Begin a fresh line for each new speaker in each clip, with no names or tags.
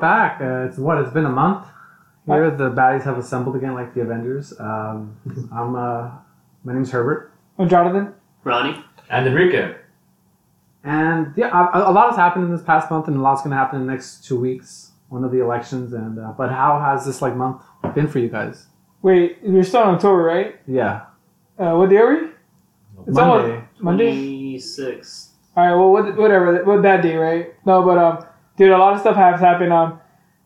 back. Uh, it's what it's been a month. Here, the baddies have assembled again, like the Avengers. Um, I'm uh, my name's Herbert,
I'm Oh, Jonathan.
Ronnie.
And Enrique.
and yeah, a, a lot has happened in this past month, and a lot's going to happen in the next two weeks. One of the elections, and uh, but how has this like month been for you guys?
Wait, we're still in October, right?
Yeah,
Uh, what day are we? It's almost-
Monday.
Monday.
Twenty-six.
All right. Well, what, whatever. What that day, right? No, but um, dude, a lot of stuff has happened. Um,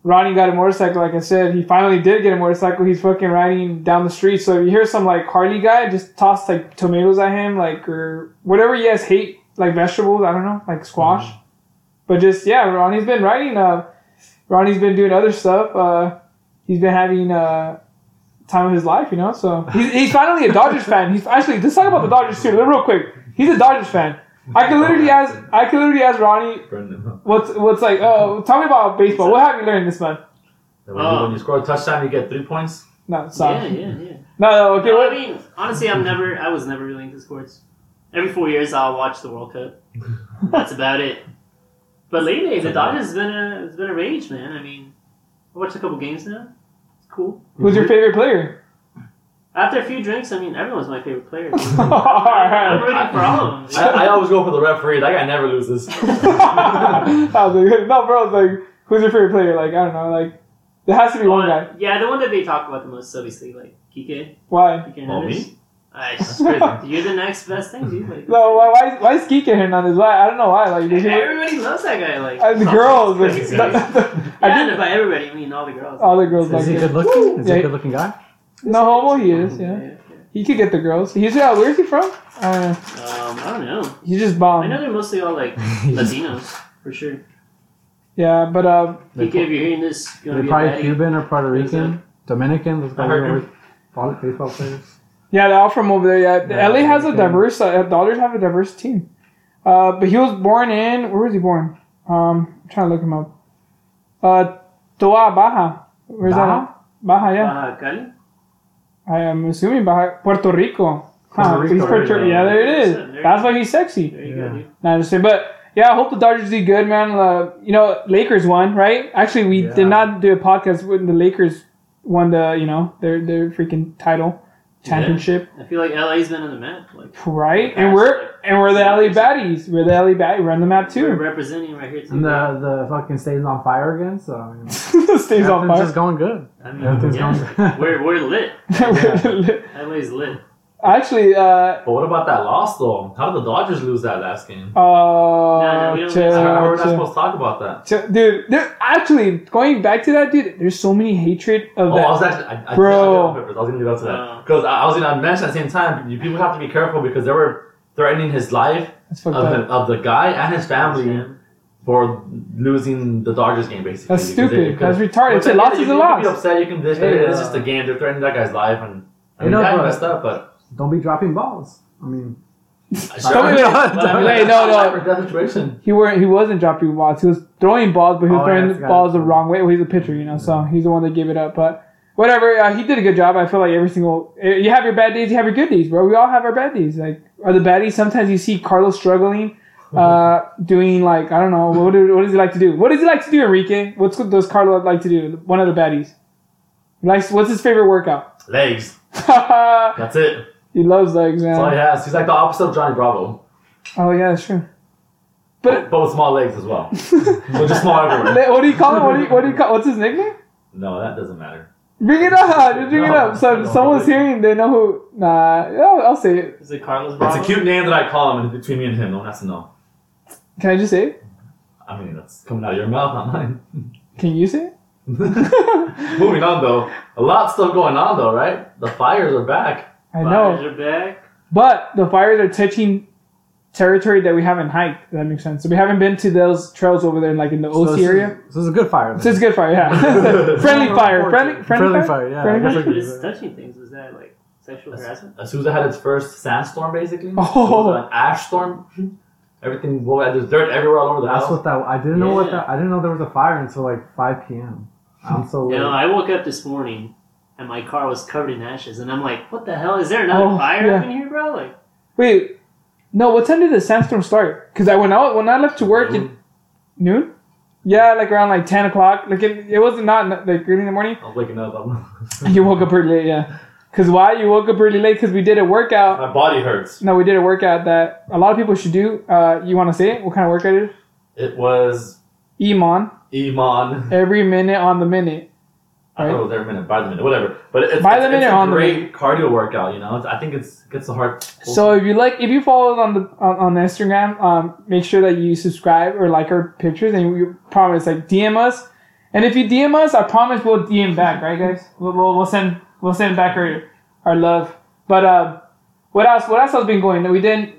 Ronnie got a motorcycle. Like I said, he finally did get a motorcycle. He's fucking riding down the street. So if you hear some like Harley guy, just toss like tomatoes at him, like or whatever he has hate like vegetables. I don't know, like squash. But just yeah, Ronnie's been riding. Uh, Ronnie's been doing other stuff. Uh, he's been having uh. Time of his life, you know. So he's, he's finally a Dodgers fan. He's actually let's talk about the Dodgers too, real quick. He's a Dodgers fan. I can literally ask. I can literally ask Ronnie.
Brendan.
What's what's like? Oh, tell me about baseball. What have you learned this month?
When, you, when you score a touchdown, you get three points.
No,
Yeah,
sorry.
yeah, yeah.
No, no. Okay.
No, I
What,
mean, honestly, I'm never. I was never really into sports. Every four years, I'll watch the World Cup. That's about it. But lately, the Dodgers has been a it's been a rage, man. I mean, I watched a couple games now. It's cool.
who's your favorite player?
After a few drinks, I mean, everyone's my favorite player.
All
I'm
right.
rooting for all of them.
I, I always go for the referee. That guy never loses.
I was like, no, bro. I was like, who's your favorite player? Like, I don't know. Like, there has to be one guy.
Yeah, the one that they talk about the most, is obviously, like Kike.
Why?
Kike
Oh,
Hernandez.
me?
I
That's crazy.
You're the next best thing, dude. Like,
No, why? Why? Why is Kike Hernandez? Why? I don't know why. Like, did you,
everybody loves that guy. Like,
uh, the girls. Like,
Crazy.
I
yeah, and
didn't.
by everybody, I mean all the girls.
All the girls like
Is he
it.
good looking? Is he
Yeah.
a good looking guy?
No homo. He is. Yeah. He could get the girls. He's yeah. Where's he from? Uh,
Um, I don't know.
he just
I know
bombed.
they're mostly all like Latinos for sure.
Yeah, but uh,
Kike, if you're hearing this, you're
They're
gonna be
probably
a baddie.
Cuban or Puerto
Who's
Rican, Dominican. Those guys
heard
are
him.
always baseball players.
Yeah, they're all from over there. Yeah,
Yeah,
LA has a
okay.
diverse. Uh, the Dodgers have a diverse team. Uh, but he was born in where was he born? Um, I'm trying to look him up. Uh, Toa Baja. Where's
Baja?
that? at? Baja, yeah.
Uh, Cali?
I am assuming Baja, Puerto Rico. Huh,
Puerto
he's
Rico,
Puerto-
yeah.
yeah, there it is.
There you
That's
go.
why he's sexy.
There you
Yeah.
go, dude.
Not just saying, but yeah, I hope the Dodgers do good, man. Uh, you know, Lakers won, right? Actually, we
Yeah.
did not do a podcast when the Lakers won the, you know, their their freaking title championship.
I feel like LA's been on the map. Like,
Right, and we're and we're the LA baddies. We're the LA baddies. We're on the map too.
we're representing right here too.
And the the fucking stadium's on fire again, so I mean,
Stays on
everything's
fire.
just going good.
I mean,
Everything's
yeah.
going good.
we're we're lit.
Yeah.
LA's lit.
Actually, uh,
But what about that loss, though? How did the Dodgers lose that last game?
uh,
we don't-
chill,
I heard we're not
chill,
supposed to talk about that.
chill. dude. There, actually, going back to that, dude. There's so many hatred of
Oh, I was
that.
actually, I, I,
Bro.
I, did it on purpose. I was gonna do that to
Oh.
that because I, I was gonna mention at the same time. You people have to be careful because they were threatening his life
That's
of
fucked
the,
up.
of the guy and his family for losing the Dodgers game, basically.
That's
because
stupid.
because-
That's retarded. It's a
But
loss.
you-
Is a
you can be
loss.
upset. You can dish.
Yeah.
It's just a game. They're threatening that guy's life, and I
You
mean,
know,
that
but-
messed up. But
Don't be dropping balls. I mean,
Don't be- Wait, no, no.
That situation.
He weren't. He wasn't dropping balls. He was throwing balls, but he was
Oh, yeah,
throwing
that's got
balls
it.
the wrong way. Well, he's a pitcher, you know, so he's the one that gave it up. But whatever, uh, he did a good job. I feel like every single eh, you have your bad days, you have your good days, bro. We all have our bad days. Like are the bad days. Sometimes you see Carlos struggling, uh, doing like I don't know what do, what does he like to do? What does he like to do, Enrique? What's does Carlos like to do? One of the baddies. Likes, what's his favorite workout?
Legs.
he
That's it.
loves legs, man.
That's all he has. He's like the opposite of Johnny Bravo,
Oh yeah, that's true. But-
but but with small legs as well. so just small everywhere.
Le- What do you call him? What do you, what do you call? What's his nickname?
No, that doesn't matter.
Bring it up! Just bring it
No,
up. So
I don't
someone's
believe it.
hearing, they know who. Nah, I'll, I'll say it.
Is it Carlos
It's
Bravo?
a cute name that I call him, and it's between me and him, no one has to know.
Can I just say it?
I mean, that's coming out of your mouth, not mine.
Can you say it?
Moving on though, a lot still going on though, right? The fires are back.
I know,
Fires are back.
but the fires are touching territory that we haven't hiked. If that makes sense. So we haven't been to those trails over there, like in the
so
OC
this is-
area.
So it's a good fire.
So it's good fire, yeah. friendly fire, friendly, friendly,
Friendly
fire.
fire, yeah.
Friendly
That's
What
a good-
is touching things? Was that like sexual harassment?
Azusa had its first sandstorm, basically.
Oh.
It was an ash storm. Everything, well, there's dirt everywhere all over the
That's
house.
what that. I didn't know what
Yeah.
that. I didn't know there was a fire until like 5 p.m. I'm so
You
late.
know, I woke up this morning and my car was covered in ashes, and I'm like, "What the hell? Is there another
Oh,
fire
yeah.
up in here, bro?" Like,
Wait, no. What time did the sandstorm start? Because I when I when I left to work at noon. Yeah, like around like ten o'clock. Like it, it wasn't not like early in the morning.
I'm waking up. I'm
You woke up pretty late, yeah. Cause why you woke up pretty late? Cause we did a workout.
My body hurts.
No, we did a workout that a lot of people should do. Uh, you want to say it? What kind of workout it is?
It was
Emon.
Iman.
Every minute on the minute.
I thought it was every minute, by the minute, whatever. But it's,
By the
it's, it's
minute,
a
on the
great cardio workout, you know. It's, I think it's gets the heart.
So if you like, if you follow us on the on, on Instagram, um, make sure that you subscribe or like our pictures, and you promise like DM us. And if you DM us, I promise we'll DM back, right, guys? We'll, we'll, we'll send we'll send back our our love. But um, what else? What else has been going? We didn't.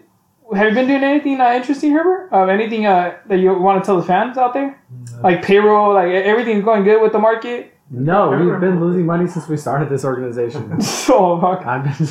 Have you been doing anything uh, interesting, Herbert? Um, anything uh, that you want to tell the fans out there? Like payroll, like e-, everything's going good with the market.
No, we've been losing money since we started this organization.
so fuck.
I've been,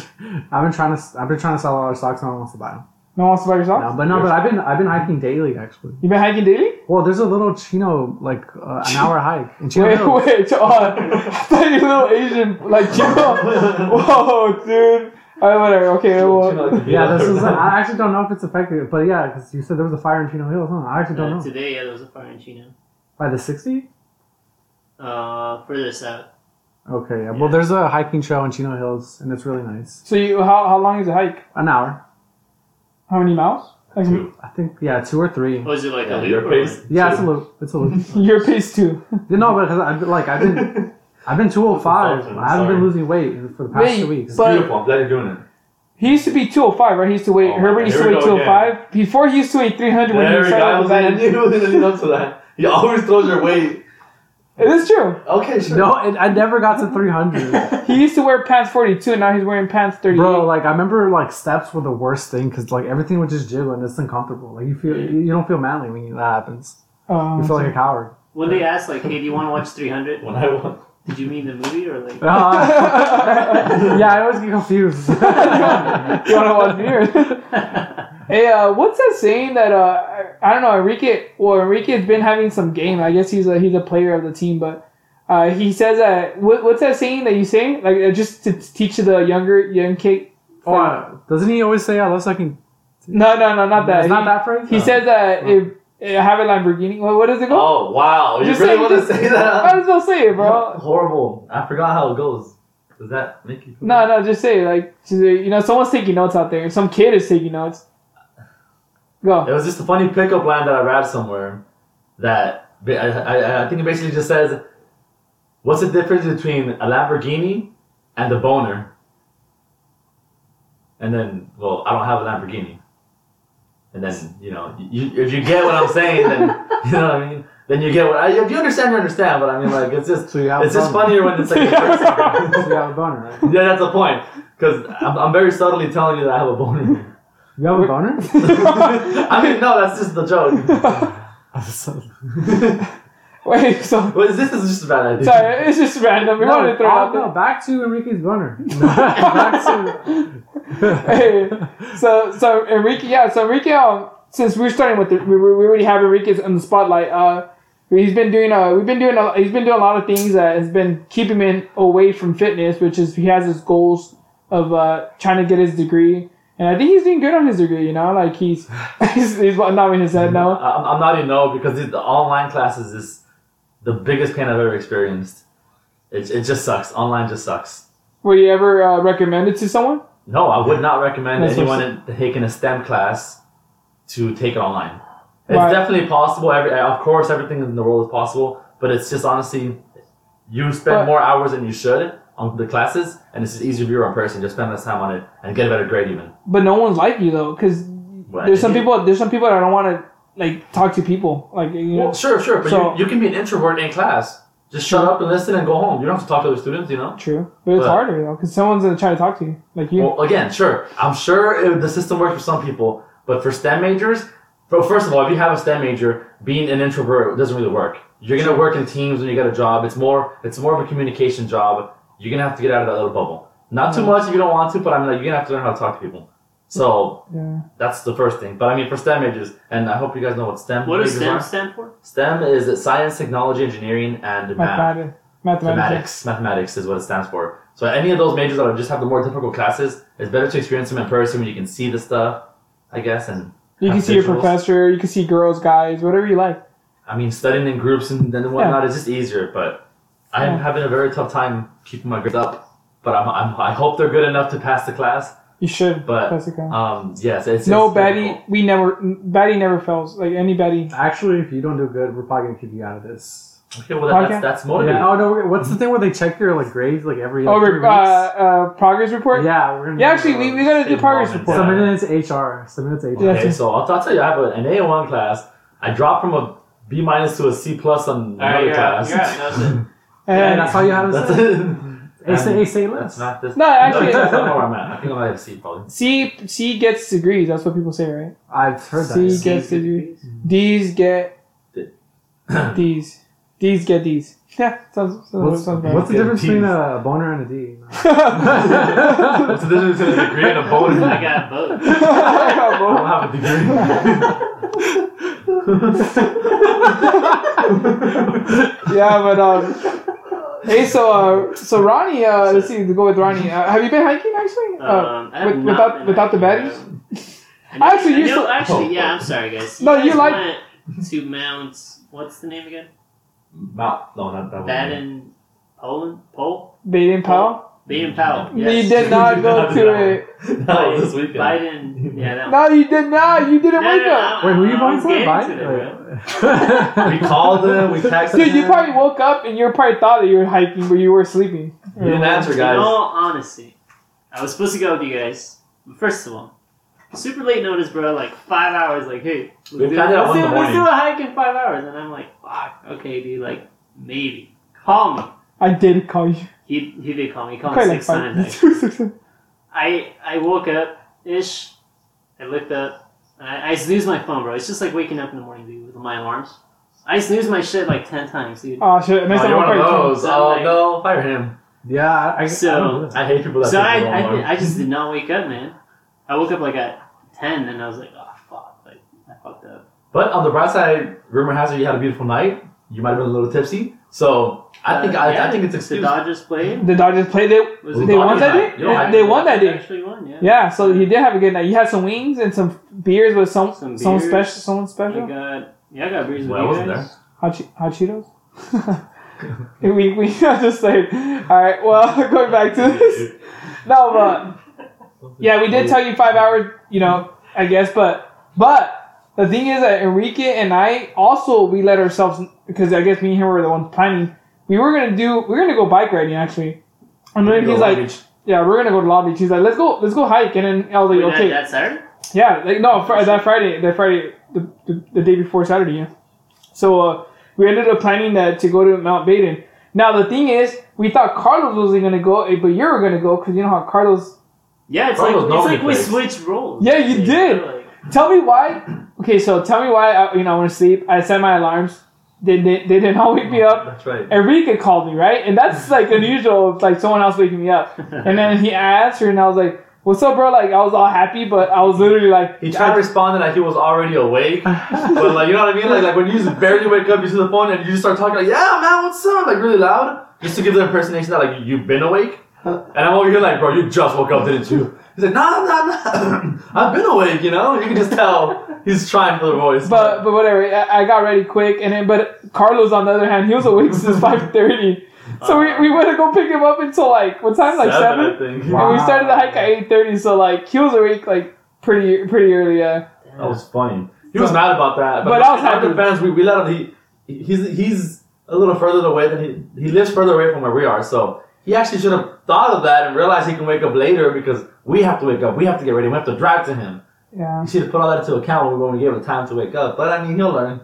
I've been trying to, I've been trying to sell all our stocks. No one wants to buy them.
No one wants to buy yourself.
No, but no, but I've been, I've been hiking daily actually.
You been hiking daily?
Well, there's a little Chino, like uh, an hour hike in Chino
Wait,
Hills.
wait, oh, I thought you were a little Asian, like, you know. whoa, dude. Alright, whatever, okay, well.
Yeah, this is. I actually don't know if it's effective, but yeah, because you said there was a fire in Chino Hills. Huh? I actually don't
Uh,
know.
today, yeah, there was a fire in Chino.
By the 60?
Uh, further south.
Okay, yeah.
Yeah.
Well, there's a hiking trail in Chino Hills, and it's really nice.
So, you, how, how long is the hike?
An hour,
How many miles? Like,
I think. Yeah, two or three.
Was Oh, it like
Yeah,
a
your
loop? or
face.
what?
Yeah, it's a loop. It's a loop.
your pace too.
you know, because I've been, like I've been, I've been 205.
Sorry.
I haven't been losing weight for the past
Wait,
two weeks.
It's
But-
beautiful. I'm glad you're doing it.
He used to be 205, right? He used to weigh,
Oh my
Herbert
God,
used to
here we
weigh
go again.
205. Before he used to weigh 300 when he
There
was
we go. I was like, I
started.
knew it was gonna lead up to that. He always throws your weight.
It is true.
Okay, sure.
No, it, I never got to 300.
He used to wear pants 42, and now he's wearing pants 38.
Bro, like I remember, like steps were the worst thing because like everything would just jiggle and it's uncomfortable. Like you feel, you you don't feel manly when you, that happens.
Um,
You feel like a coward.
When they asked, like, hey, do you want to watch 300?
When I won.
Did you mean the movie or
Uh,
like.
yeah, I always get confused.
you want to watch beer? Hey, uh, what's that saying that uh, I I don't know Enrique? Well, Enrique's been having some game. I guess he's a he's a player of the team, but uh, he says that what, what's that saying that you say like uh, just to t- teach the younger young kid?
Oh, uh, doesn't he always say, "I love sucking"?
No, no, no, not that.
It's not
He-
that phrase.
He, says that if, if I have a Lamborghini, what, what does it go?
Oh wow! You
Just
really
say-
want to
just-
say
I
Oh, uh,
that?
might as well say it, bro.
Horrible. I forgot how it goes. Does that make you? feel
No, no, just say it. Like just say- you know, someone's taking notes out there. Some kid is taking notes. Go.
It was just a funny pickup line that I read somewhere that I, I, I think it basically just says, "What's the difference between a Lamborghini and a boner?" And then, well, I don't have a Lamborghini. And then you know, you, if you get what I'm saying, then you know what I mean. Then you get what I, if you understand, you understand. But I mean, like it's just
So you have
it's
a
just
boner.
funnier when it's like a person.
So you have a boner, right?
yeah, that's the point. Because I'm, I'm very subtly telling you that I have a boner.
You have a boner?
I mean, no, that's just the joke.
Wait, so
Well, this is just a bad idea.
Sorry, it's just random. We wanted to throw it
oh,
out
no,
there.
back to Enrique's boner. back to.
Hey, so so Enrique, yeah, so Enrique, um, since we're starting with the, we, we we already have Enrique in the spotlight. Uh, he's been doing uh, we've been doing a, he's been doing a lot of things that has been keeping him away from fitness, which is he has his goals of uh trying to get his degree, and I think he's doing good on his degree. You know, like he's he's, he's nodding his head now.
I'm, I'm not even no because the, the online classes is the biggest pain I've ever experienced. It, it just sucks. Online just sucks.
Were you ever uh, recommended to someone?
No, I would not recommend
That's what
anyone in- taking a STEM class to take it online. It's
Right.
definitely possible. Every, uh, of course, everything in the world is possible, but it's just honestly, you spend
But-
more hours than you should on the classes, and it's just easier if you're in person. Just spend less time on it and get a better grade even.
But no one's like you though, because
Well,
there's some
you-
people there's some people that don't want to like talk to people like you know.
Well, sure, sure, but
So-
you, you can be an introvert in class. Just shut up and listen and go home. You don't have to talk to other students, you know?
True, but it's
But-
harder though because someone's gonna try to talk to you, like you.
Well, again, sure. I'm sure it, the system works for some people, but for STEM majors, but first of all, if you have a STEM major, being an introvert doesn't really work. You're gonna work in teams when you get a job. It's more, it's more of a communication job. You're gonna have to get out of that little bubble. Not too much if you don't want to, but I mean, like, you're gonna have to learn how to talk to people. So
yeah.
that's the first thing. But I mean, for STEM majors, and I hope you guys know what STEM
What does
majors
STEM stand
are.
for?
STEM is science, technology, engineering, and math.
Mathematics, mathematics.
Mathematics. Mathematics is what it stands for. So any of those majors that are- just have the more difficult classes, it's better to experience them in person when you can see the stuff, I guess. And
You can see your
Visuals.
professor. You can see girls, guys, whatever you like.
I mean, studying in groups and then whatnot is just easier. But I'm
Yeah.
having a very tough time keeping my grades up. But I'm, I'm I hope they're good enough to pass the class.
You should.
But
That's okay.
um, yes, it's
No
it's
baddie.
difficult.
We never baddie never fails. Like any baddie.
Actually, if you don't do good, we're probably gonna keep you out of this.
Okay, well that,
Okay.
that's that's motivating.
Yeah. Oh no. we're- What's the thing where they check your like grades like every like,
Oh,
three
re- uh,
weeks?
uh, progress report.
yeah. We're gonna
Yeah, actually, we, we gotta do progress
Involvement.
report.
Submit it into HR. Submit it to HR.
Yeah.
Okay, so I'll, I'll tell you, I have a- an A1 class. I dropped from a B minus to a C plus on
All right,
another
you're out.
class.
You're out. That's it.
And
And
that's all you have to
That's
say.
it.
It's
And
a it's a
That's
list.
not this.
No, actually-
that's not where I'm at. I think I might have a C probably.
C C gets degrees. That's what people say, right?
I've heard that.
C gets degrees. D's get
Did-
D's. D's get D's. Yeah, sounds, sounds,
What's,
sounds
what's the
Yeah,
difference between
Ds.
a boner and a D? You know?
What's the difference between a degree and a bonus?
I got both.
I
bad.
don't have a degree.
yeah, but um, hey, so uh, so Ronnie, uh, let's see, to go with Ronnie. Uh, have you been hiking actually? Uh,
Um, I have
with-
not
without-
been
without the
hiking,
baddies?
um, I
I actually
know- I
used
know-
to- Oh.
Actually, yeah. I'm sorry, guys.
No, you
guys
like-
went to Mount. What's the name again?
Mount. No, not that one.
Baden, Poland, Pol,
Baden Powell.
Baden Powell.
You
oh, Yes.
did not go
Not
to it.
that one. No, this weekend.
Biden. Yeah, that one.
No, you did not. You didn't
No,
wake
no, no,
up.
no,
Wait, who are you
no,
voting
I was
for?
getting
Biden?
to that, bro.
We called him. We texted
Dude,
him.
you probably woke up and you probably thought that you were hiking, but you were sleeping.
You didn't answer, guys.
In all honesty, I was supposed to go with you guys. But first of all, super late notice, bro. Like five hours. Like, hey, let's do,
We
let's do,
found out one in the
let's do a
morning.
hike in five hours, and I'm like, fuck. Okay, dude. Like, maybe call me.
I did call you.
He he did call me. He called me
Probably like
six
five.
times. actually.
Six times.
I I woke up ish. I looked up. And I, I snoozed my phone, bro. It's just like waking up in the morning, dude, with my alarms. I snooze my shit like ten times, dude.
Oh shit! Next
Oh,
time
you're
I'll
one of
probably-
those. Oh no, fire him.
Yeah, I, I,
So-
I don't know.
I hate people that
So
take
I,
the long
I,
one.
I just did not wake up, man. I woke up like at ten, and I was like, oh fuck, like I fucked up.
But on the bright side, rumor has it you had a beautiful night. You might have been a little tipsy. So I think
Uh,
I,
yeah,
I think it's
the
excused.
Dodgers played.
The Dodgers played. They
Was
Ooh,
they won
Dodgers
that
night.
day.
You know, I-
They, they won that day.
Actually won, yeah.
Yeah, so he did have a good night. You had some wings and some beers with some
Some
someone
beers.
special. Someone
I
special.
got yeah, I got beers
Well, I
with you
wasn't
guys.
Hot, che- hot Cheetos. we we I just like all right. Well, going back to this. No, but yeah, we did tell you five hours. You know, I guess, but but the thing is that Enrique and I also we let ourselves because I guess me and him were the ones planning. We were gonna do. We were are gonna go bike riding actually. And then he's like, "Yeah, we're gonna go to Long Beach." He's like, "Let's go, let's go hike." And then I was
Wait,
like,
that,
"Okay,
that Saturday?
yeah, like no, fr- that Friday, that Friday, the, the, the day before Saturday. Yeah. So uh, we ended up planning that to go to Mount Baden. Now the thing is, we thought Carlos wasn't gonna go, eh, but you were gonna go because you know how Carlos.
Yeah, it's
Bro,
like
it was
it's like
nobody
we
plays.
switched roles.
Yeah, you
Like,
did.
we're like-
Tell me why. Okay, so tell me why I, you know I want to sleep. I set my alarms. They they, they did not wake me up.
That's right.
Enrique called me right, and that's like unusual. It's like someone else waking me up. And then he answered, and I was like, "What's up, bro?" Like I was all happy, but I was literally like,
He tried responding like he was already awake, but like you know what I mean. Like like when you just barely wake up, you see the phone and you just start talking like, "Yeah, man, what's up?" Like really loud, just to give the impersonation that like you've been awake. And I'm over here like, "Bro, you just woke up, didn't you?" He's like, "Nah, nah, nah. I've been awake, you know." You can just tell he's trying for the voice.
But but whatever, I, I got ready quick, and then but Carlos on the other hand, he was awake since five thirty, so we, we went to go pick him up until like what time? Like seven.
I think.
Wow.
And we started the hike at eight thirty, so like he was awake like pretty pretty early. Yeah.
That was funny. He was mad about that.
But I was happy.
Fans, we, we let him. He, he's he's a little further away than he he lives further away from where we are. So he actually should have thought of that and realized he can wake up later because we have to wake up. We have to get ready. We have to drive to him.
Yeah.
He should have put all that into account when we, when we gave him time to wake up. But I mean, he'll learn.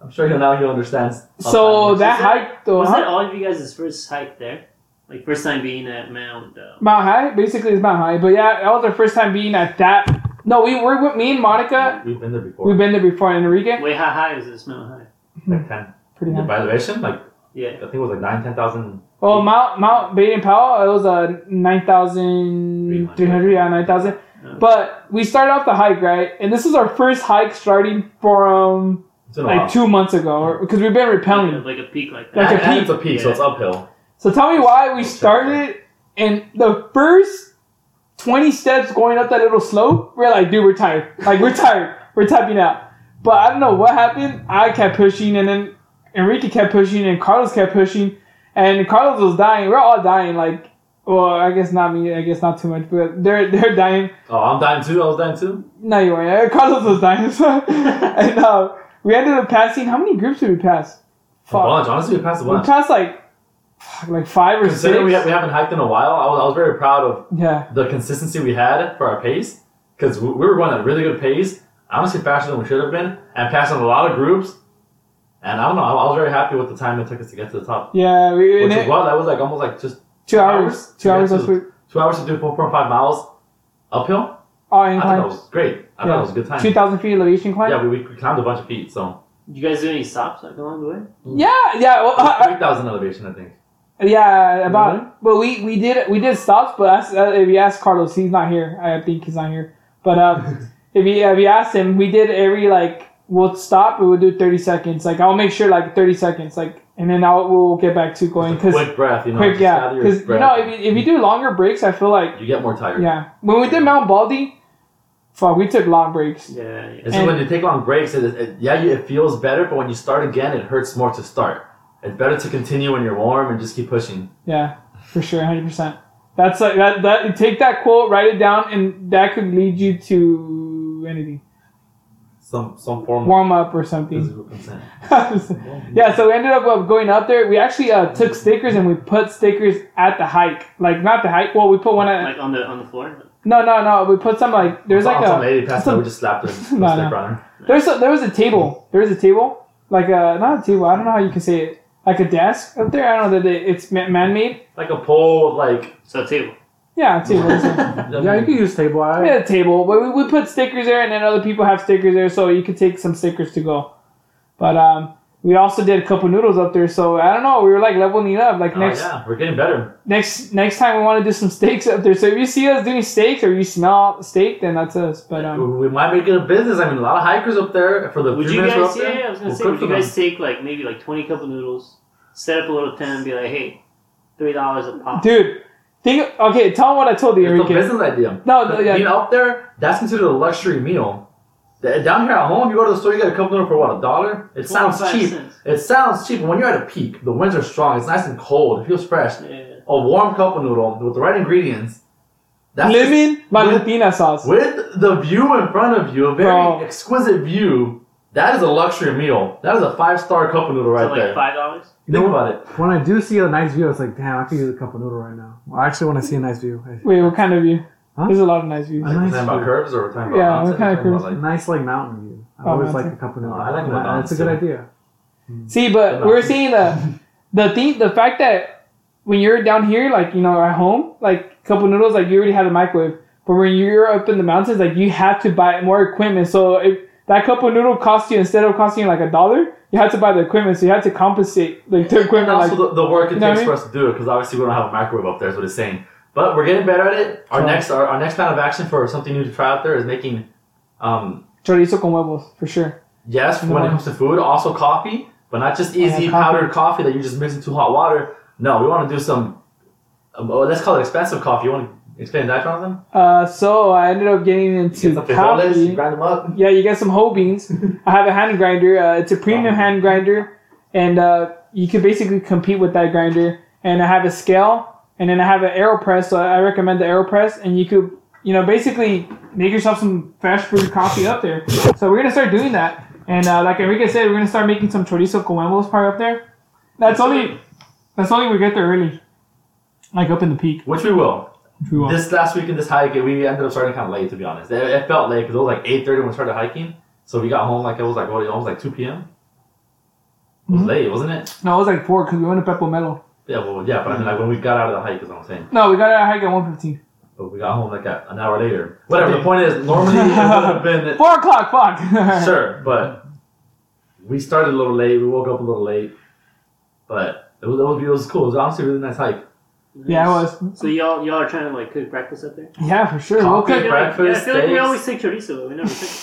I'm sure he'll now he understands. how
So
time
that
works.
Was that-
hike though,
Was
huh?
that all of you guys' first hike there? Like first time being at Mount. Uh,
Mount High, basically it's Mount High, but yeah, that was our first time being at that. No, we were with me and Monica.
we've been there before.
uh, We've been there before, and Enrique.
wait, how high is this Mount High?
like ten.
Pretty high.
By elevation, like I
Yeah.
think it was like nine, ten thousand.
Well, Mount Mount Baden Powell, it was a nine thousand three hundred, yeah, nine thousand.
Yeah.
But we started off the hike, right? And this is our first hike starting from
It's been a
like
while.
two months ago, because we've been
Like a,
repelling.
like a peak like
Like
that.
a
And- and
peak.
It's a peak, so
Yeah.
it's uphill.
So tell me why we started, and the first twenty steps going up that little slope, we're like, dude, we're tired. Like we're tired. We're tapping out. But I don't know what happened. I kept pushing, and then Enrique kept pushing, and Carlos kept pushing, and Carlos was dying. We're all dying. Like, well, I guess not me. I guess not too much, but they're they're dying.
Oh, I'm dying too. I was dying too.
No, you weren't. Carlos was dying. So. and uh, we ended up passing. How many groups did we pass?
A bunch. Honestly, we passed a
We
bunch.
passed like fuck, like five or six.
Considering we, ha- we haven't hiked in a while, I was, I was very proud of
yeah,
the consistency we had for our pace because we, we were going at a really good pace, honestly faster than we should have been, and passing a lot of groups. And I don't know, I was very happy with the time it took us to get to the top.
yeah. We,
Which
and
is
it,
well, that was like almost like just
two hours. Two
Yeah,
hours.
two.
That's what.
two hours to do 4.5 miles uphill.
All
I thought that
incline.
was great. I thought
Yeah.
it was a good time.
Oh, Two thousand feet elevation climb.
Yeah, we, we climbed a bunch of feet, so
You guys do any stops like along the way?
Yeah, yeah, well, uh,
3,000 elevation, I think.
uh, yeah, about.
Really?
But we we did we did stops, but that's, uh, if you ask Carlos, he's not here. I think he's not here. But um, if you if you ask him, we did every like we'll stop. We will do thirty seconds. Like I'll make sure like thirty seconds. Like and then I'll we'll get back to going
Just a
because quick,
quick breath, you know. just
yeah,
gather your
because you
breath.
know if you, if you do longer breaks, I feel like
You get more tired.
yeah. When we did Mount Baldy, fuck, we took long breaks.
Yeah, yeah.
It's just
And-
when you take long breaks, it, it, yeah, you, it feels better, but when you start again, it hurts more to start. It's better to continue when you're warm and just keep pushing.
Yeah, for sure, hundred percent. That's like that. That take that quote, write it down, and that could lead you to anything.
Some some form of
Warm up or something.
physical consent.
yeah, so we ended up uh, going out there. We actually uh, took stickers and we put stickers at the hike. Like not the hike. Well, we put one at
Like on the on the floor.
no, no, no. We put some like there's
Some-
like
some
a
lady passed
some-
by, we just slapped her.
No,
no,
no. there's a, there was a table. There was a table like a not a table. I don't know how you can say it. Like a desk up there. I don't know that it, it's man made.
Like a pole, with, like
So table.
Yeah, a table. it's a-
Yeah, you can use table. I,
We had a table, but we, we put stickers there, and then other people have stickers there, so you could take some stickers to go. But um, we also did a couple noodles up there, so I don't know. We were like leveling it up. Like
Oh,
next
yeah, we're getting better.
next next time, we want to do some steaks up there. So if you see us doing steaks or you smell steak, then that's us. But
We
um,
we might make it a business. I mean, a lot of hikers up there for the
Would
few
you
minutes we're
guys?
up
Yeah,
there.
yeah, I was gonna
we'll
say,
cook
would
for
you
them.
guys take like maybe like twenty cup of noodles, set up a little tent, and be like, hey, three dollars a pop.
dude, think okay. Tell them what I told you,
It's a
Enrique.
business idea.
Oh, No, no, yeah.
Being up there, that's considered a luxury meal. Th- Down here at home, you go to the store, you get a cup of noodle for what, a dollar? It sounds
25
cheap.
cents.
It sounds cheap, but when you're at a peak, the winds are strong, it's nice and cold, it feels fresh.
Yeah.
A warm cup of noodle with the right ingredients. That's
Lemon
with,
Valentina sauce.
with the view in front of you, a very
Bro.
exquisite view. That is a luxury meal. That is a five star cup of noodle right
so like
there.
five dollars.
you
Think
know,
about it.
when I do see a nice view, it's like, damn, I could use a cup of noodle right now. Well, actually, when I see a nice view, I,
Wait, what kind of view?
Huh?
There's a lot of nice views.
I
We're
Nice
talking about
food.
curves or we're talking about
Yeah,
mountains?
what kind of
We're talking
a
about,
nice like mountain view. I
Oh,
always
mountain.
like a cup of noodle.
I like
And
mountains
It's a good
too.
idea.
See, but
Good
we're
luck.
seeing the the thing, the fact that when you're down here, like you know, at home, like a couple noodles, like you already had a microwave. But when you're up in the mountains, like you have to buy more equipment. So if that couple noodle costs you instead of costing you like a dollar, you have to buy the equipment. So you have to compensate like the
And
equipment. Like
also the, the work it
You know what
takes
I
for us to do it because obviously we don't have a microwave up there is what it's saying. But we're getting better at it. Our
Sure.
next our, our next plan of action for something new to try out there is making um
chorizo con huevos for sure.
yes
In the
when it
morning.
comes to food also coffee but not just
yeah,
easy
coffee.
powdered coffee that you just mix into hot water. No, we want to do some um, oh, let's call it expensive coffee. You want to explain that, Jonathan?
Uh, so I ended up getting
You
into
get some frijoles, you
coffee.
grind them up.
Yeah, you get some whole beans. I have a hand grinder. Uh, it's a premium
Wow.
hand grinder, and uh, you can basically compete with that grinder. And I have a scale, and then I have an Aeropress. So I recommend the Aeropress, and you could, you know, basically make yourself some fresh brewed coffee up there. So we're gonna start doing that. And uh, like Enrique said, we're gonna start making some chorizo con huevos part up there. That's only, that's only we get there early, like up in the peak.
Which we will.
If we want.
This last week in this hike, we ended up starting kind of late, to be honest. It, it felt late because it was like 8.30 when we started hiking. So we got home like, it was like, what, it was like 2 p.m.? It was
Mhm.
late, wasn't it?
No, it was like four because we went to Pepo Melo.
Yeah, well, yeah, but I mean, like when we got out of the hike is what I'm saying.
No, we got out of hike at one fifteen.
But we got home like a, an hour later. Whatever, the point is, normally it would have been,
Four o'clock. Fuck.
sure, but we started a little late, we woke up a little late, but it was, it was, it was cool. It was honestly a really nice hike.
Yeah, it was.
So y'all y'all are trying to like cook breakfast up there.
Yeah, for sure. We'll
Coffee.
cook.
Yeah, like- yeah, I
breakfast,
feel like we
steaks.
always take chorizo, but we never take. it.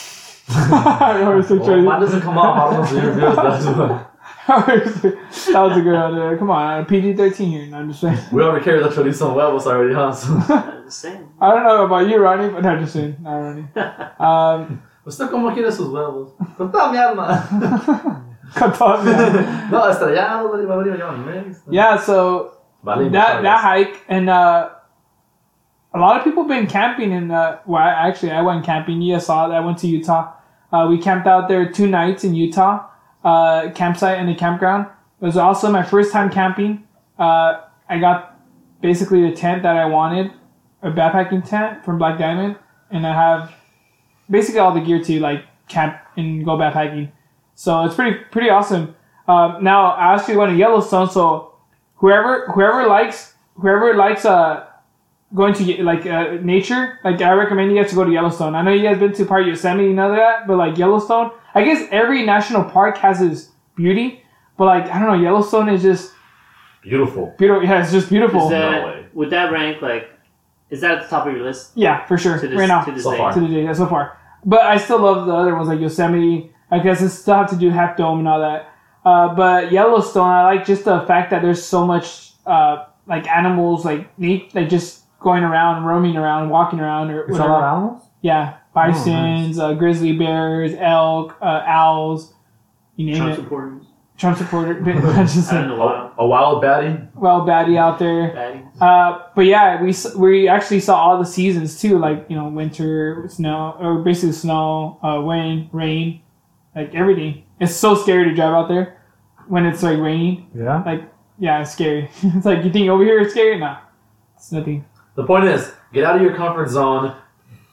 I always took
Well, mine
chorizo.
doesn't come off, I don't know if yours does, but
I always took- that was a good idea. Come on, PG thirteen here. No, I'm just saying.
we already carried the chorizo levels already, huh? So.
Uh, the same.
I don't know about you, Ronnie, but no, I'm just saying. Not Ronnie. Um,
Usted cómo quiere sus huevos. Con toda mi alma.
Cut yeah.
no, estrellado, vale, vale, vale,
yeah, so
Vale,
that
muchas
that
gracias.
hike and uh, a lot of people been camping in. Uh, well, I- actually, I went camping. You saw it. I went to Utah. Uh, we camped out there two nights in Utah, uh, campsite and a campground. It was also my first time camping. Uh, I got basically the tent that I wanted, a backpacking tent from Black Diamond, and I have basically all the gear to like camp and go backpacking. So it's pretty pretty awesome. Um, now I actually went to Yellowstone, so whoever whoever likes whoever likes uh going to get- like uh, nature like i recommend you guys to go to yellowstone i know you guys been to part of yosemite you know that but like yellowstone i guess every national park has its beauty but like i don't know yellowstone is just
Beautiful.
beautiful yeah it's just beautiful
Is that,
way.
Would that rank like? Is that at the top of your list
yeah for sure
to this
right now
to this
So
day?
far.
to the day yeah, so far. But I still love the other ones like Yosemite. I guess I still have to do Half Dome and all that. Uh, but Yellowstone, I like just the fact that there's so much uh, like animals, like neat, like just going around, roaming around, walking around, or
It's a lot
whatever.
of animals.
Yeah,
nice.
bisons, uh, grizzly bears, elk, uh, owls, you name
Trump
it.
supporters.
Trump supporter, I just
I don't
said,
know why.
A, a wild baddie.
well, baddie out there.
Batty.
Uh, but yeah, we s- we actually saw all the seasons too, like you know, winter, snow, or basically snow, uh, rain, rain, like everything. It's so scary to drive out there when it's like raining.
Yeah.
Yeah, it's scary. it's like you think over here it's scary, nah, it's nothing.
The point is, get out of your comfort zone.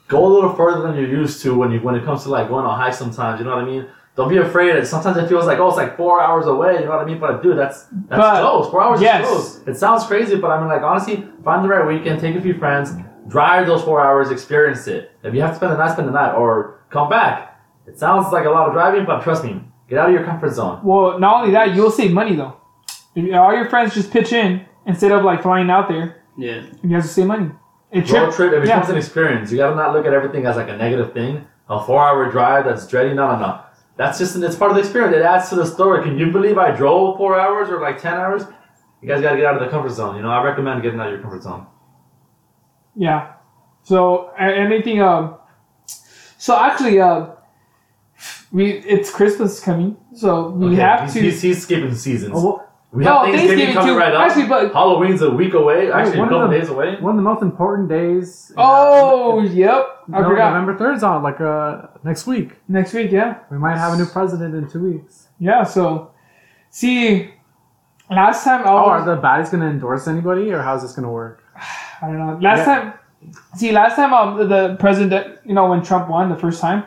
Go a little further than you're used to when you when it comes to like going on hikes. Sometimes you know what I mean. Don't be afraid. Sometimes it feels like oh, it's like four hours away. You know what I mean? But dude, that's that's
But-
close. Four hours
yes.
is close. It sounds crazy, but I mean, like honestly, find the right weekend, take a few friends, drive those four hours, experience it. If you have to spend the night, spend the night, or come back. It sounds like a lot of driving, but trust me, get out of your comfort zone.
Well, not only that, you'll save money though. If you- all your friends just pitch in instead of like flying out there,
Yeah.
you guys will save money. A
Road
trip,
trip, it
yeah.
becomes an experience. You gotta not look at everything as like a negative thing. A four hour drive that's dreading, no, no, no. That's just, it's part of the experience. It adds to the story. Can you believe I drove four hours or like 10 hours? You guys gotta get out of the comfort zone. You know, I recommend getting out of your comfort zone.
Yeah. So a- anything um so actually uh we it's Christmas coming, so we
Okay,
have
he's,
to
He's, he's skipping seasons.
Well,
We have
Oh,
Thanksgiving,
Thanksgiving
coming
too.
right up.
Actually, but-
Halloween's a week away. Actually, a
one of
couple
them-
days away.
one of the most important days. uh,
Oh yep. I
No,
forgot.
November third's on like uh next week.
Next week, yeah.
We might have a new president in two weeks.
Yeah, so see last time I
Oh,
was,
are the baddies gonna endorse anybody, or how's this gonna work?
I don't know. Last
Yeah.
time see last time um the president you know when Trump won the first time.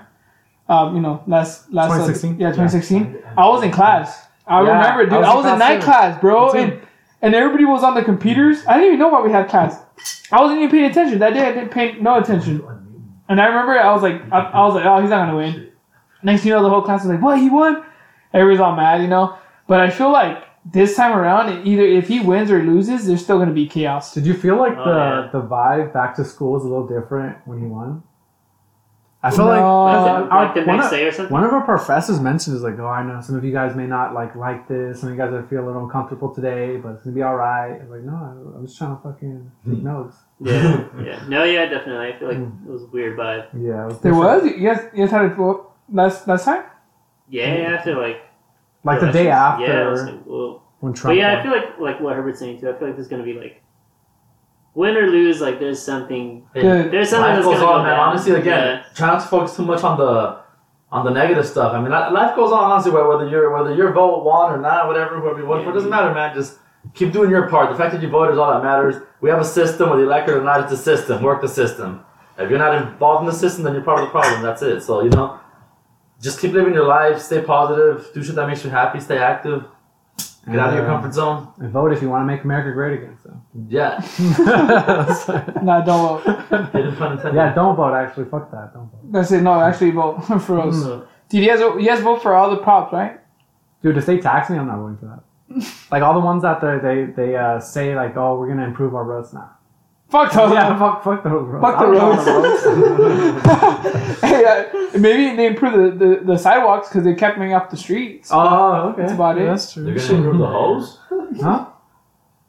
Um, you know, last last uh,
2016?
yeah, twenty sixteen. I was in class. I
Yeah,
remember, dude.
I was
I
in
was in
class
night
too.
class,
Me
bro,
too.
Oh, and and everybody was on the computers. I didn't even know why we had class. I wasn't even paying attention that day. I didn't pay no attention, and I remember I was like, I, I was like, oh, he's not gonna win. Next, thing you know, the whole class was like, what? He won. Everybody's all mad, you know. But I feel like this time around, it- either if he wins or loses, there's still gonna be chaos.
Did you feel like
Oh,
the
yeah.
the vibe back to school was a little different when he won? I feel
No.
like
What is
Uh,
it, like the
one
next
of-
day or something.
One of our professors mentioned is like, oh, I know some of you guys may not like like this. Some of you guys are feel a little uncomfortable today, but it's gonna be all right. I'm like, no, I'm just trying to fucking take notes.
Yeah, yeah. No, yeah, definitely. I feel like
Hmm.
it was a weird vibe.
Yeah, it was
There
different.
was you guys, you guys had it well, last last time.
Yeah, I feel like
like the day after
Yeah, I was like, whoa.
when Trump.
But yeah, I
won.
feel like like what Herbert's saying too. I feel like there's gonna be like win or lose. Like there's something.
Hey,
Good.
There's something
Life
that's
goes
gonna
on,
go
man.
down.
Honestly, again, try not to focus too much on the on the negative stuff. I mean, li- life goes on. Honestly, wh- whether you're whether your vote won or not, whatever, whoever you voted for, it doesn't matter, man. Just keep doing your part. The fact that you voted is all that matters. We have a system, whether you like it or not. It's a system. Work the system. If you're not involved in the system, then you're part of the problem. That's it. So you know, just keep living your life. Stay positive. Do shit that makes you happy. Stay active. Get out of your
And, uh,
comfort zone.
and vote if you want to make America great again. So.
Yeah.
No, don't vote.
Didn't pun intended.
yeah, don't vote. Actually, fuck that. Don't vote,
That's it. No, actually vote for us.
So,
Dude, you guys, you guys vote for all the props, right?
dude. If they tax me, I'm not voting for that. Like all the ones that they they, they uh, say like, oh, we're gonna improve our roads now.
Fuck those.
yeah, fuck, fuck the roads.
Fuck the
I don't want
roads. hey, uh, maybe they improved the, the, the sidewalks because they kept me off the streets.
oh, okay.
That's about it.
That's
You're
true.
gonna improve the hose.
Huh?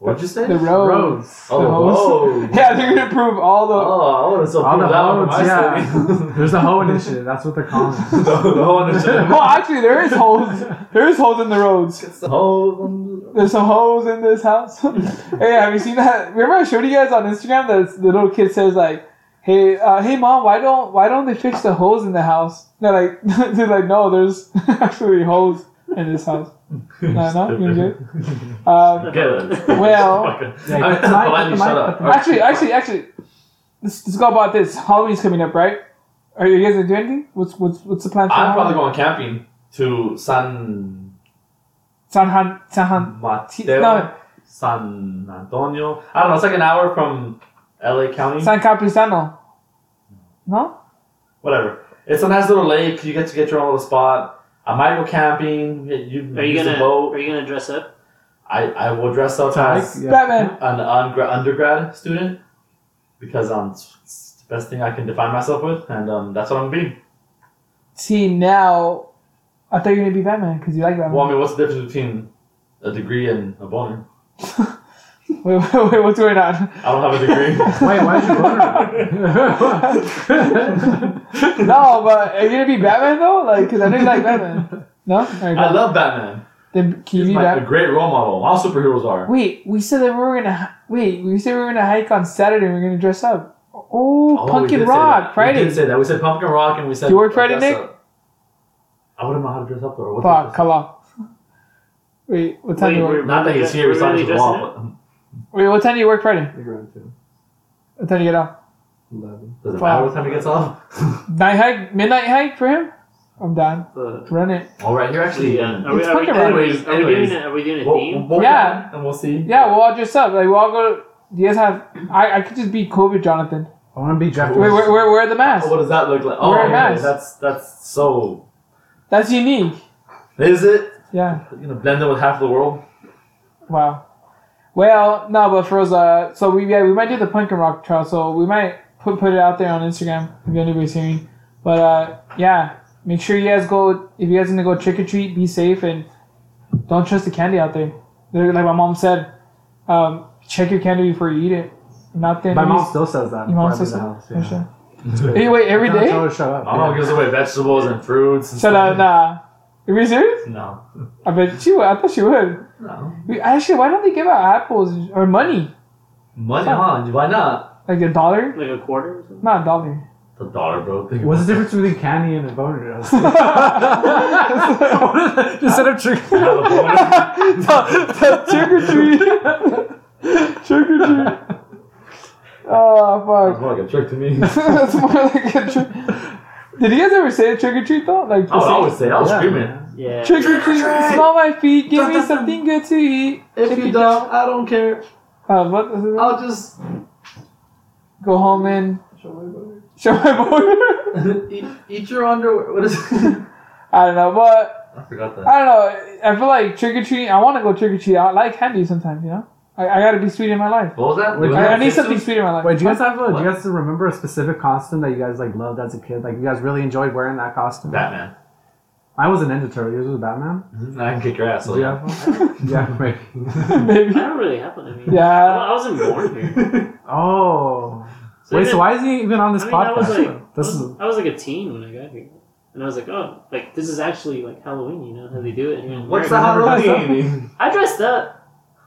What'd you say?
The road.
Roads.
Oh,
The
whoa.
Yeah, they're gonna improve all the.
Oh, I want to still
All
prove
the
that one from
hoes,
my
yeah.
study.
There's the hoe initiative. That's what they're calling it.
the, the whole initiative.
Well, actually, there is holes. There is holes in the roads.
The whole on
There's some holes in this house. hey, have you seen that? Remember I showed you guys on Instagram that the little kid says like, "Hey, uh, hey, mom, why don't why don't they fix the holes in the house?" They're like, they're like, "No, there's actually holes in this house."
the-
No, no, you good. Um,
Good.
Well-
I mean,
Yeah, put the mic- put the mic- put
politely shut up.
the
Alright.
actually, actually, actually, let's, let's go about this. Halloween's coming up, right? Are you guys gonna do anything? What's what's what's the plan for
I'm probably
Halloween?
going camping to San
San Han, San Han.
Mateo,
No.
San Antonio. I don't know. It's like an hour from LA County.
San Capisano. No?
Whatever. It's a nice little lake. You get to get your own little spot. I might go camping. You, you
Are you
use the
gonna
boat.
Are you gonna dress up?
I, I will dress up as
Yeah.
Batman.
an ungra- undergrad student because um, it's- it's the best thing I can define myself with, and um, that's what I'm gonna be.
See, now, I thought you were going to be Batman because you like Batman.
Well, I mean, what's the difference between a degree and a boner?
wait, wait, wait, what's going on?
I don't have a degree.
Wait, why is your boner?
No, but are you going to be Batman though? Like, because I know you like Batman. No? All right,
I
Batman.
love Batman.
then can you
He's
be
my, a
Batman?
great role model. All superheroes are.
Wait, we said that we were going to. Wait, we said we were going to hike on Saturday and we are going to dress up. Oh,
Oh, we
Pumpkin
did say that.
Rock,
We
Friday.
did say that. We said Pumpkin Rock and we said.
You work Friday,
dress
Nick?
up. I wouldn't know how to dress up or what to
Fuck,
dress up.
come on. Wait, what time do
Wait,
you
we're-
work?
Not that he's here,
We're
he's on
really
his wall. um,
Wait, what time do you work Friday? What time do you get off?
Eleven.
but Does it
Fuck.
matter what time he gets off?
Night hike, midnight hike for him? I'm down.
The,
Run it.
All right, here actually.
yeah. Are we,
It's
are we,
fucking
are we,
right.
are we
Anyways,
doing a, are we doing a
We'll-
theme?
we'll
Yeah.
plan and we'll see.
Yeah, we'll all dress up. Like we'll all go. You guys have. I, I could just be COVID, Jonathan.
I want to be Jeff.
Wait,
Wait, where, where, where are the masks?
What does that look like? Oh,
Wear a
okay,
mask.
that's that's so.
That's unique.
Is it?
Yeah.
You know, blend in with half the world.
Wow. Well, no, but for us, uh, so we yeah we might do the pumpkin rock trail. So we might put put it out there on Instagram if anybody's hearing. But uh, yeah, make sure you guys go if you guys gonna go trick or treat. Be safe and don't trust the candy out there. They're- Like my mom said, um, check your candy before you eat it. Not the
My mom still says that.
Your mom
before I leave
says
the
that?
house,
For
yeah.
sure. Anyway, every
I tell
day.
her to shut up.
My mom gives away vegetables and fruits. And
Shut
stuff.
up, nah. Are you serious?
No.
I bet she would. I thought she would.
No.
We- Actually, why don't they give out apples or money?
Money,
Fuck.
huh? Why not?
Like a dollar?
Like a quarter or something?
Not a dollar.
The daughter, bro. Think
What's
about
the
it.
difference between candy and a boner? What is- Instead of trick.
Have a boner.
Trick or treat. Trick or treat.
That's
Oh,
more like a trick to me.
fuck. That's more like a trick. Did you guys ever say trick or treat though? Like,
I would always say, I Oh, was
Yeah.
screaming.
Yeah.
trick or treat,
treat.
smell my feet, give me
Dun, dun, dun.
something good to eat.
I don't care.
Uh, what is it?
I'll just
Go home and show my boy.
eat, eat your underwear. What is it?
I don't know, but
I forgot that.
I don't know. I feel like trick or treating. I want to go trick or treat. I like candy sometimes, you know. I, I gotta be sweet in my life.
What was that?
Wait,
Was
I, I
that
need
six
something
weeks?
sweet in my life.
Wait, do you guys have? A, do
What?
you guys remember a specific costume that you guys like loved as a kid? Like you guys really enjoyed wearing that costume.
Batman.
I was a Ninja Turtle. Yours was Batman.
Mhm. I can kick your ass. So
Did you have one? yeah. Wait.
I
Maybe.
don't really have one. I mean, I,
Yeah.
I wasn't born here.
Oh.
So
Wait.
even-
So why is he even on this
I mean, I
podcast?
was like,
this
I,
is
was, I was like a teen when I got here, and I was like, oh, like this is actually like Halloween. You know how they do it. Here in
What's the
America.
Halloween?
I dressed up,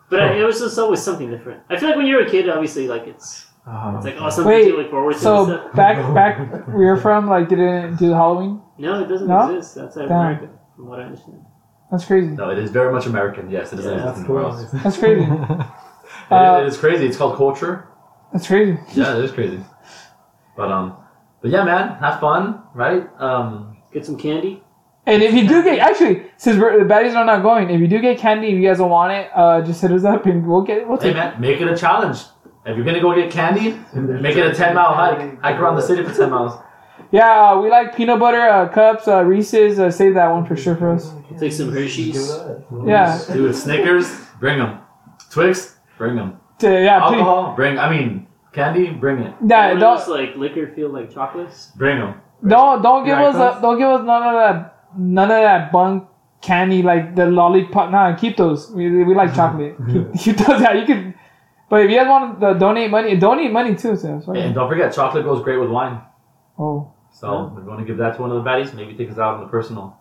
but I, it was just always something different. I feel like when you're a kid, obviously, like it's
Oh.
it's like oh something
Wait,
to look forward to. and
So
stuff.
back back where you're from, like, didn't do the Halloween.
no, it doesn't
No?
exist outside of
Damn.
America, from what I understand.
That's crazy.
No, it is very much American. Yes, it is.
Yeah,
That's
cool.
cool.
That's crazy.
it,
Uh,
it is crazy. It's called culture.
That's crazy.
Yeah, it is crazy. But um, but yeah, man, have fun, right? Um,
Get some candy.
And if you do get actually, since we're, the baddies are not going, if you do get candy, if you guys don't want it, uh, just hit us up and we'll get we'll
hey,
take it.
man, make it a challenge. If you're gonna go get candy, make it a ten mile hike. Hike around the city for ten miles.
Yeah, uh, we like peanut butter uh, cups, uh, Reese's. Uh, save that one for sure for us.
Take some Hershey's.
Yeah.
Dude, Snickers, bring them. Twix, bring them.
Uh, yeah, please.
Alcohol, bring. I mean, candy, bring it.
Yeah,
One of
don't
those, like liquor feel like chocolates.
Bring them.
Don't don't give
Your
us a,
icons?
don't give us none of that none of that bunk candy, like the lollipop. Nah, keep those. We, we like chocolate. keep those out. You could, but if you guys want to donate money, donate money too. So, sorry.
And don't forget, chocolate goes great with wine.
Oh,
So if you want to give that to one of the baddies, maybe take us out on the personal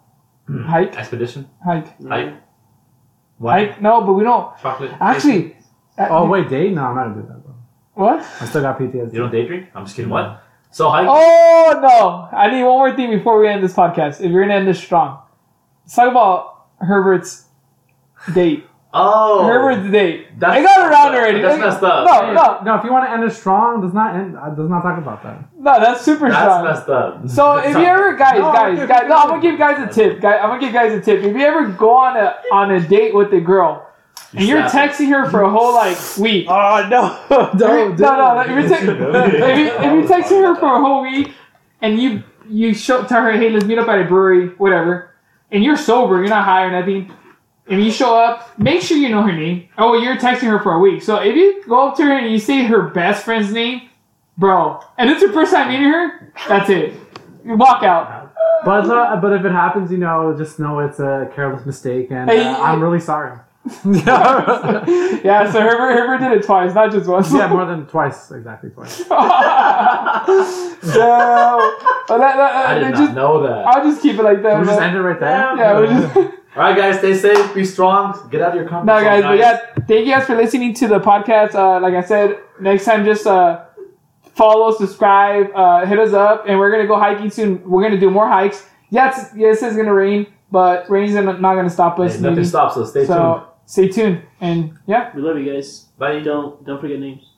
hike,
expedition.
hike,
Hype. Wine,
hike. No, but we don't
chocolate.
actually. uh,
Oh wait, date? No, I'm not gonna do that, bro.
what?
I still got
You
PTSD.
don't day drink? I'm just kidding. What? So hike.
Oh no! I need one more thing before we end this podcast. If you're gonna end this strong, let's talk about Herbert's date.
Oh.
Herbert's date.
That's
I got
messed
around
up.
already.
That's
Like,
messed up.
No, no,
No, if you want to end it strong, does not end. Uh, does not talk about that.
no. That's super strong.
That's messed up.
So if you ever guys
No,
guys
dude,
guys no, I'm
dude.
gonna give guys a tip. Guys, I'm gonna give guys a tip. If you ever go on a on a date with a girl and you're
snap
texting her for a whole like week.
Oh no!
no,
don't do
no, no.
it.
If you, text, if you, if you text her for a whole week and you you show tell her, hey, let's meet up at a brewery, whatever, and you're sober, you're not high or nothing, and you show up, make sure you know her name. Oh, you're texting her for a week. So if you go up to her and you say her best friend's name, bro, and it's your first time meeting her, that's it. You walk out.
But uh, but if it happens, you know, just know it's a careless mistake, and
Hey,
uh,
you-
I'm really sorry.
yeah, so Herbert, Herbert did it twice, not just once.
yeah, more than twice, exactly twice.
so, uh, but that- that-
I did
they
not
just-
know that.
I'll just keep it like that.
Can we just
man.
end it right there?
yeah, we'll just.
All right, guys, stay safe, be strong, get out of your comfort
No,
zone,
guys, but yeah, thank you guys for listening to the podcast. Uh, like I said, next time just uh, follow, subscribe, uh, hit us up, and we're gonna go hiking soon. We're gonna do more hikes. Yes, yes, it's gonna rain, but rain's not gonna stop us.
Hey, nothing
maybe.
stops us. Stay tuned.
so stay tuned, and yeah.
We love you guys.
Bye.
Don't don't forget names.